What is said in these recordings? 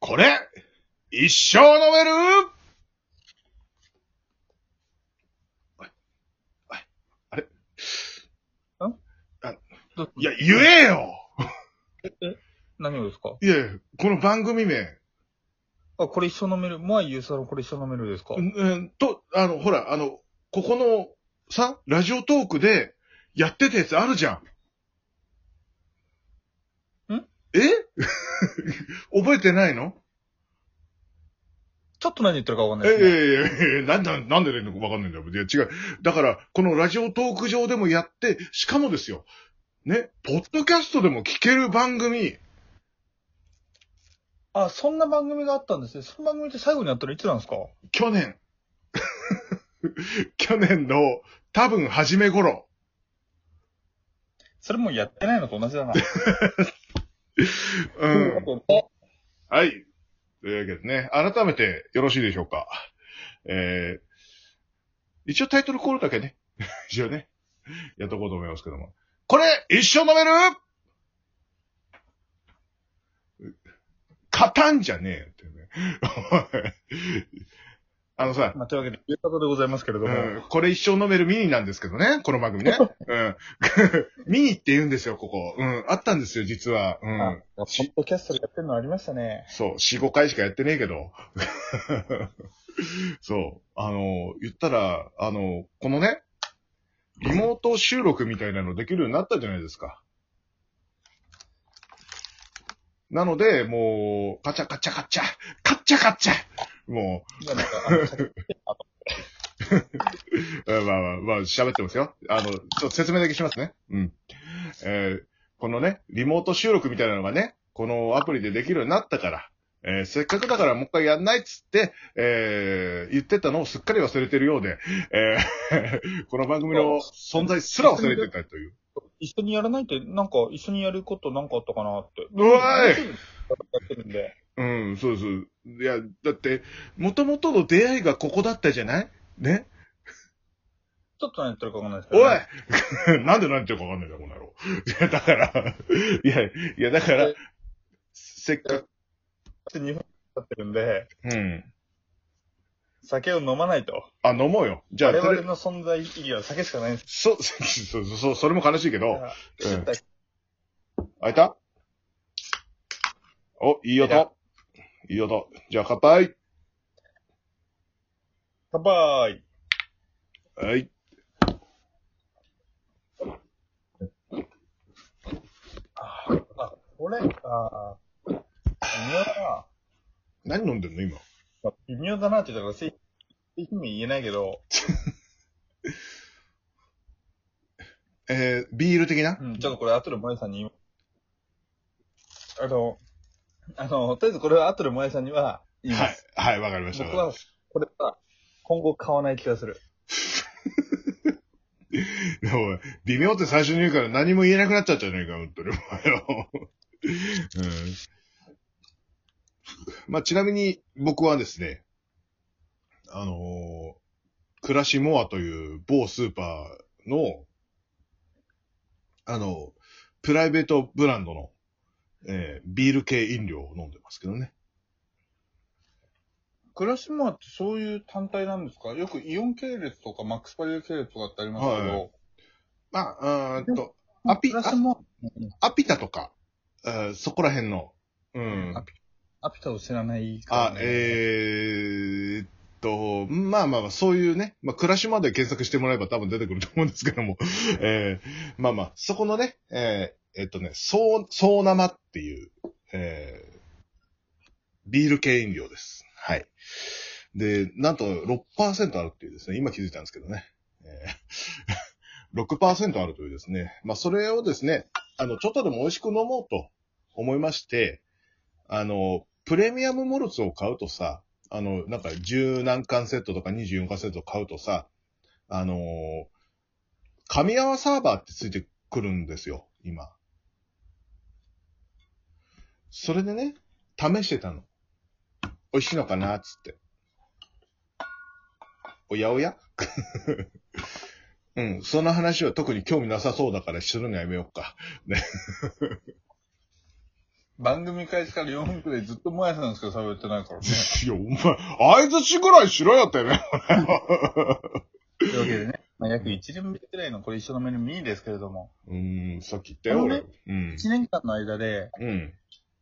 これ、一生飲めるああれあどういや、言えよ何をですかいやいや、この番組名、あ、これ一緒飲める。まあ、ゆうさんこれ一緒飲めるですか、うんうんと、あの、ほら、あの、ここの、さ、ラジオトークで、やってたやつあるじゃん。んえ 覚えてないのちょっと何言ってるかわかんないえです、ね。えええええなんだ、なんでねんのかわかんないんだよ。いや、違う。だから、このラジオトーク上でもやって、しかもですよ、ね、ポッドキャストでも聞ける番組、あ、そんな番組があったんですね。その番組って最後にやったらいつなんですか去年。 去年の、多分、初め頃。それもうやってないのと同じだな。うあん。とあはい。というわけでね、改めてよろしいでしょうか。えー、一応タイトルコールだけね、 一応ね、やっとこうと思いますけども。これ、一生飲める勝たんじゃねえよってね。 おいあのさ、 まあ、というわけで、ということでございますけれども。うん、これ一生飲めるミニなんですけどね、この番組ね。うん、 ミニって言うんですよ、ここ。うん、あったんですよ、実は。うあん、ポッドキャストでやってるのありましたね。そう、四五回しかやってねえけど。 そう。あの、言ったら、あの、このね、リモート収録みたいなのできるようになったじゃないですか。なので、もう、カチャカチャカチャ、カッチャカチャもじゃあなんか、あの先う、えまあまあ、まあ、喋ってますよ。あの、ちょっと説明だけしますね。うん。えーこのね、リモート収録みたいなのがね、このアプリでできるようになったから、えーせっかくだからもう一回やんないっつって、えー言ってたのをすっかり忘れてるようで、えー この番組の存在すら忘れてたという。一緒にやらないって、 なんか、一緒にやることなんかあったかなって。うわーいやってるんで。うん、そうそう。いや、だって、もともとの出会いがここだったじゃないねちょっと何言ってるかわかんないですけど、おいなん でなんていうかわかんないんだ、この野郎。 いや、だから、いや、いや、だからえ、せっかく、おい !2 分経ってるんで、うん。酒を飲まないと。あ、飲もうよ。じゃあ、我そ々れ、の存在意義は酒しかないんですそ、 そ、そ、そ、それも悲しいけかど、ら。うん開いたお、いい開い音。いい音。じゃあ、乾杯。乾杯はい。あ、これか。微妙だな。何飲んでんの、今。まあ微妙だなって言ったから、製品名言えないけど、えー、ビール的なうん、ちょっとこれ後でもやさんに言いあの、あの、とりあえずこれは後でもやさんには言いまはいす。。はい、わかりました。僕は、これは今後買わない気がする。でも、微妙って最初に言うから何も言えなくなっちゃったじゃないか、本当に。お前はうん。まあ、ちなみに僕はですね、あのー、暮らしモアという某スーパーの、あの、プライベートブランドの、えービール系飲料を飲んでますけどね。倉島ってそういう単体なんですかよくイオン系列とかマックスパリア系列とかってありますけど、はまあ、うーんと、アピ、倉あ島、アピタとか、えーそこら辺の、うんア。ピアピタを知らないからあ、ねえーっと、まあまあまあ、そういうね、まあ、暮らしまで検索してもらえば多分出てくると思うんですけども、えー、まあまあ、そこのね、えー、えっとね、そう、そう生っていう、えー、ビール系飲料です。はい。で、なんと6%あるっていうですね、今気づいたんですけどね。えー6%あるというですね。まあ、それをですね、あの、ちょっとでも美味しく飲もうと思いまして、あの、プレミアムモルツを買うとさ、あの、なんか10何缶セットとか24缶セット買うとさ、あのー噛み合わサーバーってついてくるんですよ、今。それでね、試してたの。美味しいのかなっつって。おやおや うん、その話は特に興味なさそうだからするのやめようか。ね。番組開始から4分くらいずっともやさんしか喋ってない からね。 いや、お前、相づちぐらいしろよってね。というわけでね、まあ、約1年目くらいのこれ一緒のメールミニですけれども、うーん、さっき言ったよ、俺。うん。 1年間の間で、うん。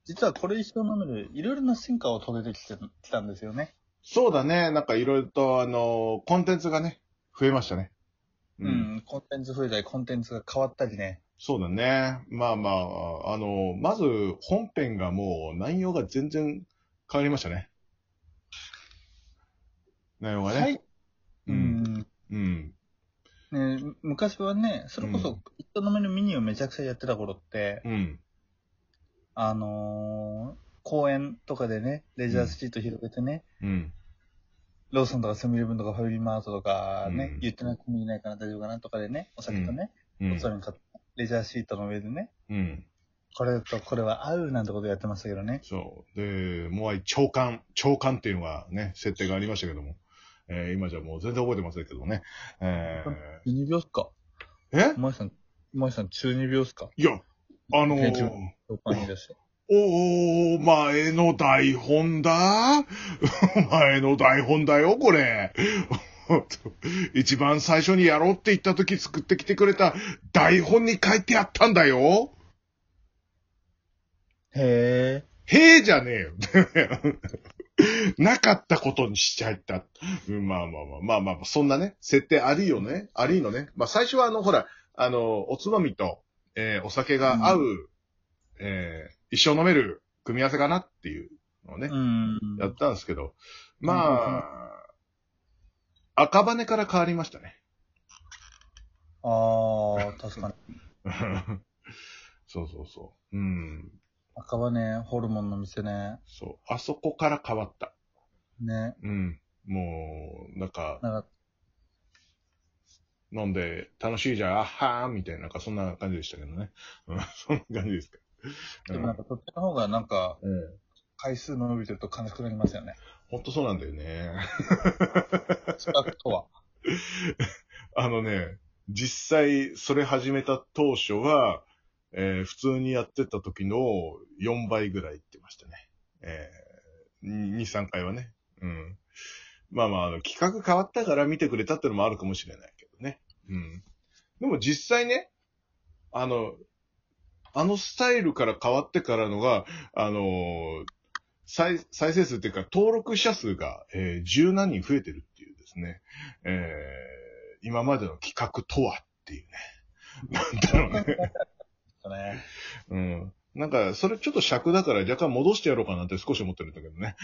実はこれ一緒のメール、いろいろな進化を遂げてきてきたんですよね。そうだね。なんかいろいろと、あのコンテンツがね、増えましたね。うん、コンテンツ増えたり、コンテンツが変わったりね。そうだね。まあまあ、あの、まず本編がもう内容が全然変わりましたね。内容がね。はい。う。うんん。うん。ね、昔はね、それこうんそ、一緒のメールミニをめちゃくちゃやってた頃って、うん。あのー、公園とかでね、レジャーストリート広げてね、うん。ローソンとかセミリブンとかファミリーマートとかね、うん言ってないコンビニないかな、大丈夫かなとかでね、お酒とね、うんおつまみ買って、レジャーシートの上でね、うん。これとこれは合うなんてことやってましたけどね。そう。で、もう長官、長官っていうのがね、設定がありましたけども。えー今じゃもう全然覚えてませんけどね。え中二病っすかー、えお前さん、お前さん中二病っすかいや、あのページー、お前に出して。お前の台本だ お前の台本だよ、これ。 一番最初にやろうって言った時作ってきてくれた台本に書いてあったんだよ。へへえじゃねえよ。 なかったことにしちゃった。うんまあまあまあ、まあまあまあ、そんなね、設定ありよね。ありのね。まあ最初はあの、ほら、あの、おつまみと、えーお酒が合う、えー一生飲める組み合わせかなっていうのをねえ。。うん。やったんですけど、まあ、赤羽から変わりましたね。 ああ、確かに。そうそうそう。うん。赤羽ホルモンの店ね。そう。あそこから変わった。ね。うん。もう、なんか、なんか、飲んで楽しいじゃん、あっはーみたいな、なんかそんな感じでしたけどね。うん、そんな感じですけでど。もなんか、そっちの方がなんか、うん。回数伸びてると悲しくなりますよね。ほんとそうなんだよね。近くと は。あのね、実際、それ始めた当初は、えー普通にやってた時の4倍ぐらい行ってましたね。えー、2、3回はね。うん。まあまああの、企画変わったから見てくれたってのもあるかもしれないけどね。うん。でも実際ね、あの、あのスタイルから変わってからのが、あのー再、再生数っていうか、登録者数が、えー、十何人増えてるっていうですね。えー、今までの企画とはっていうね。なんだろうね。ね。うん。なんか、それちょっと尺だから若干戻してやろうかなって少し思ってるんだけどね。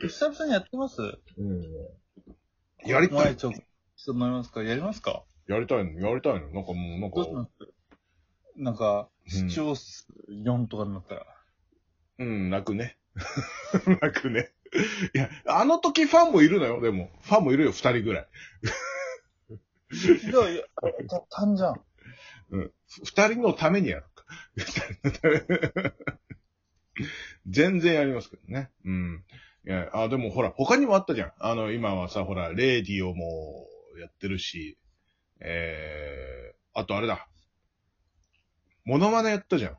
久々にやってますうん。やりたい。ちょっと飲みますかやりますかやりたいの、やりたいの。なんかもう、なんどうしか、ますなんか、うん視聴数4とかになったら。うん、泣くね。 泣くね。いや、あの時ファンもいるのよ、でも。ファンもいるよ、二人ぐらい。じゃあ、やったんじゃん。二人のためにやるか。 二人のため全然やりますけどね。うん。いや、あ、でもほら、他にもあったじゃん。あの、今はさ、ほら、レディオもやってるし、えー、あとあれだ。モノマネやったじゃん。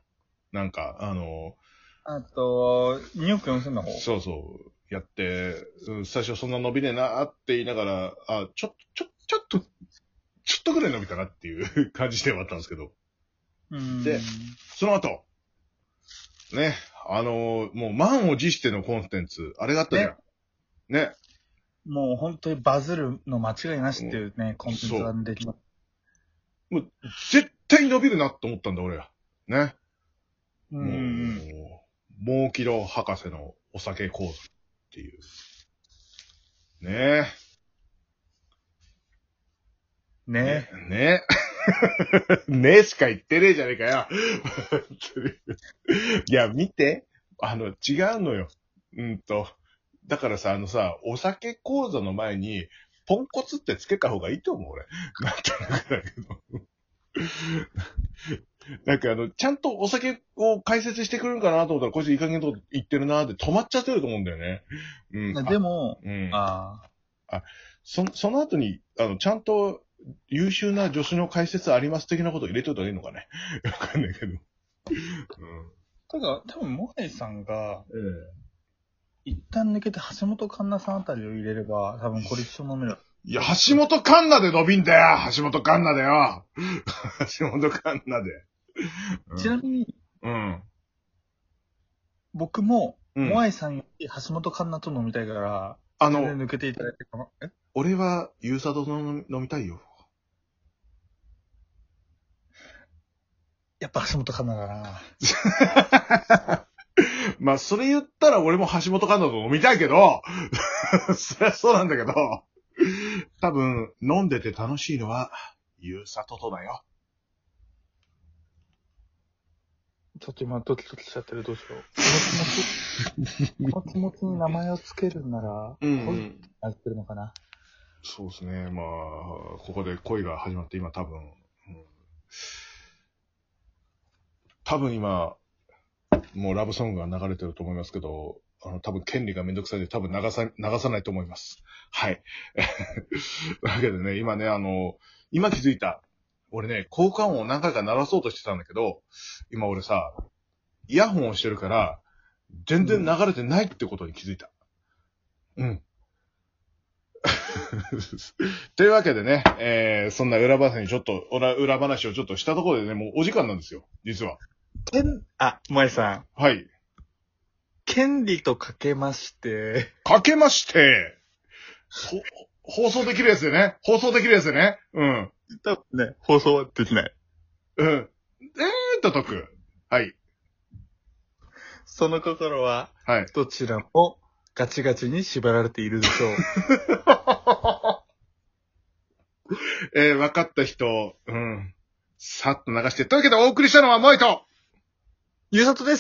なんか、あの、あと、2億4000の方。そうそう、やって、うん、最初そんな伸びねえなーって言いながら、あ、ちょ、ちょ、ちょっと、ちょっとぐらい伸びたなっていう感じではあったんですけど。うんでその後、ね、あのーもう満を持してのコンテンツ、あれがあったじゃん。ね、もう本当にバズるの間違いなしっていうね、コンテンツができます。絶対伸びるなって思ったんだ、俺は。ね。うもんうん。う、もうキロ博士のお酒講座っていう。ねえ。ね。ねえ。ねえしか言ってねえじゃねえかよ。いや、見て。あの、違うのよ。うんと。だからさ、あのさ、お酒講座の前に、ポンコツってつけた方がいいと思う、俺。なんとなくだけど。なんかあの、ちゃんとお酒を解説してくれるかなと思ったら、こいついい加減なこと言ってるなーって止まっちゃってると思うんだよね。うん。でも、あうん、ああ、そその後に、あの、ちゃん と優秀な助手の解説あります的なことを入れといたらいいのかね。わかんないけど。ただ、多分、モアイさんが、うん。一旦抜けて橋本環奈さんあたりを入れれば、多分、これ一生飲める。いや、橋本環奈で伸びんだよ橋本環奈だよ 橋本環奈で。うんちなみに、うん。僕も、うんモアイさんより橋本環奈と飲みたいから、あそれの、で抜けていただいてかな。え俺は、ユーサドと飲み飲みたいよ。やっぱ橋本環奈だな。まあ、それ言ったら俺も橋本環奈と飲みたいけど、 そりゃそうなんだけど、多分、飲んでて楽しいのは、ゆうさととだよ。ちょっと今ドキドキしちゃってる、どうしよ う。この気持ち、この気持ちに名前をつけるなら、恋。なってるのかな。そうですね。まあ、ここで恋が始まって、今多分、うん多分今、もうラブソングが流れてると思いますけど、あの、多分権利がめんどくさいんで、多分流さ、流さないと思います。はい。 というわけでね、今ね、あの、今気づいた。俺ね、効果音を何回か鳴らそうとしてたんだけど、今俺さ、イヤホンをしてるから、全然流れてないってことに気づいた。うん。 というわけでね、えー、そんな裏話にちょっと、裏裏話をちょっとしたところでね、もうお時間なんですよ、実は。けん、あ、萌さん。はい。権利とかけまして、かけまして、ほ放送できるやつでね。放送できるやつでね。うん。 多分ね、放送はできない。うん。えーっと解く。はい。 その心は、はい。どちらもガチガチに縛られているで しょう。えー、分かった人、うん。さっと流して。というわけでお送りしたのはモイとゆうさとです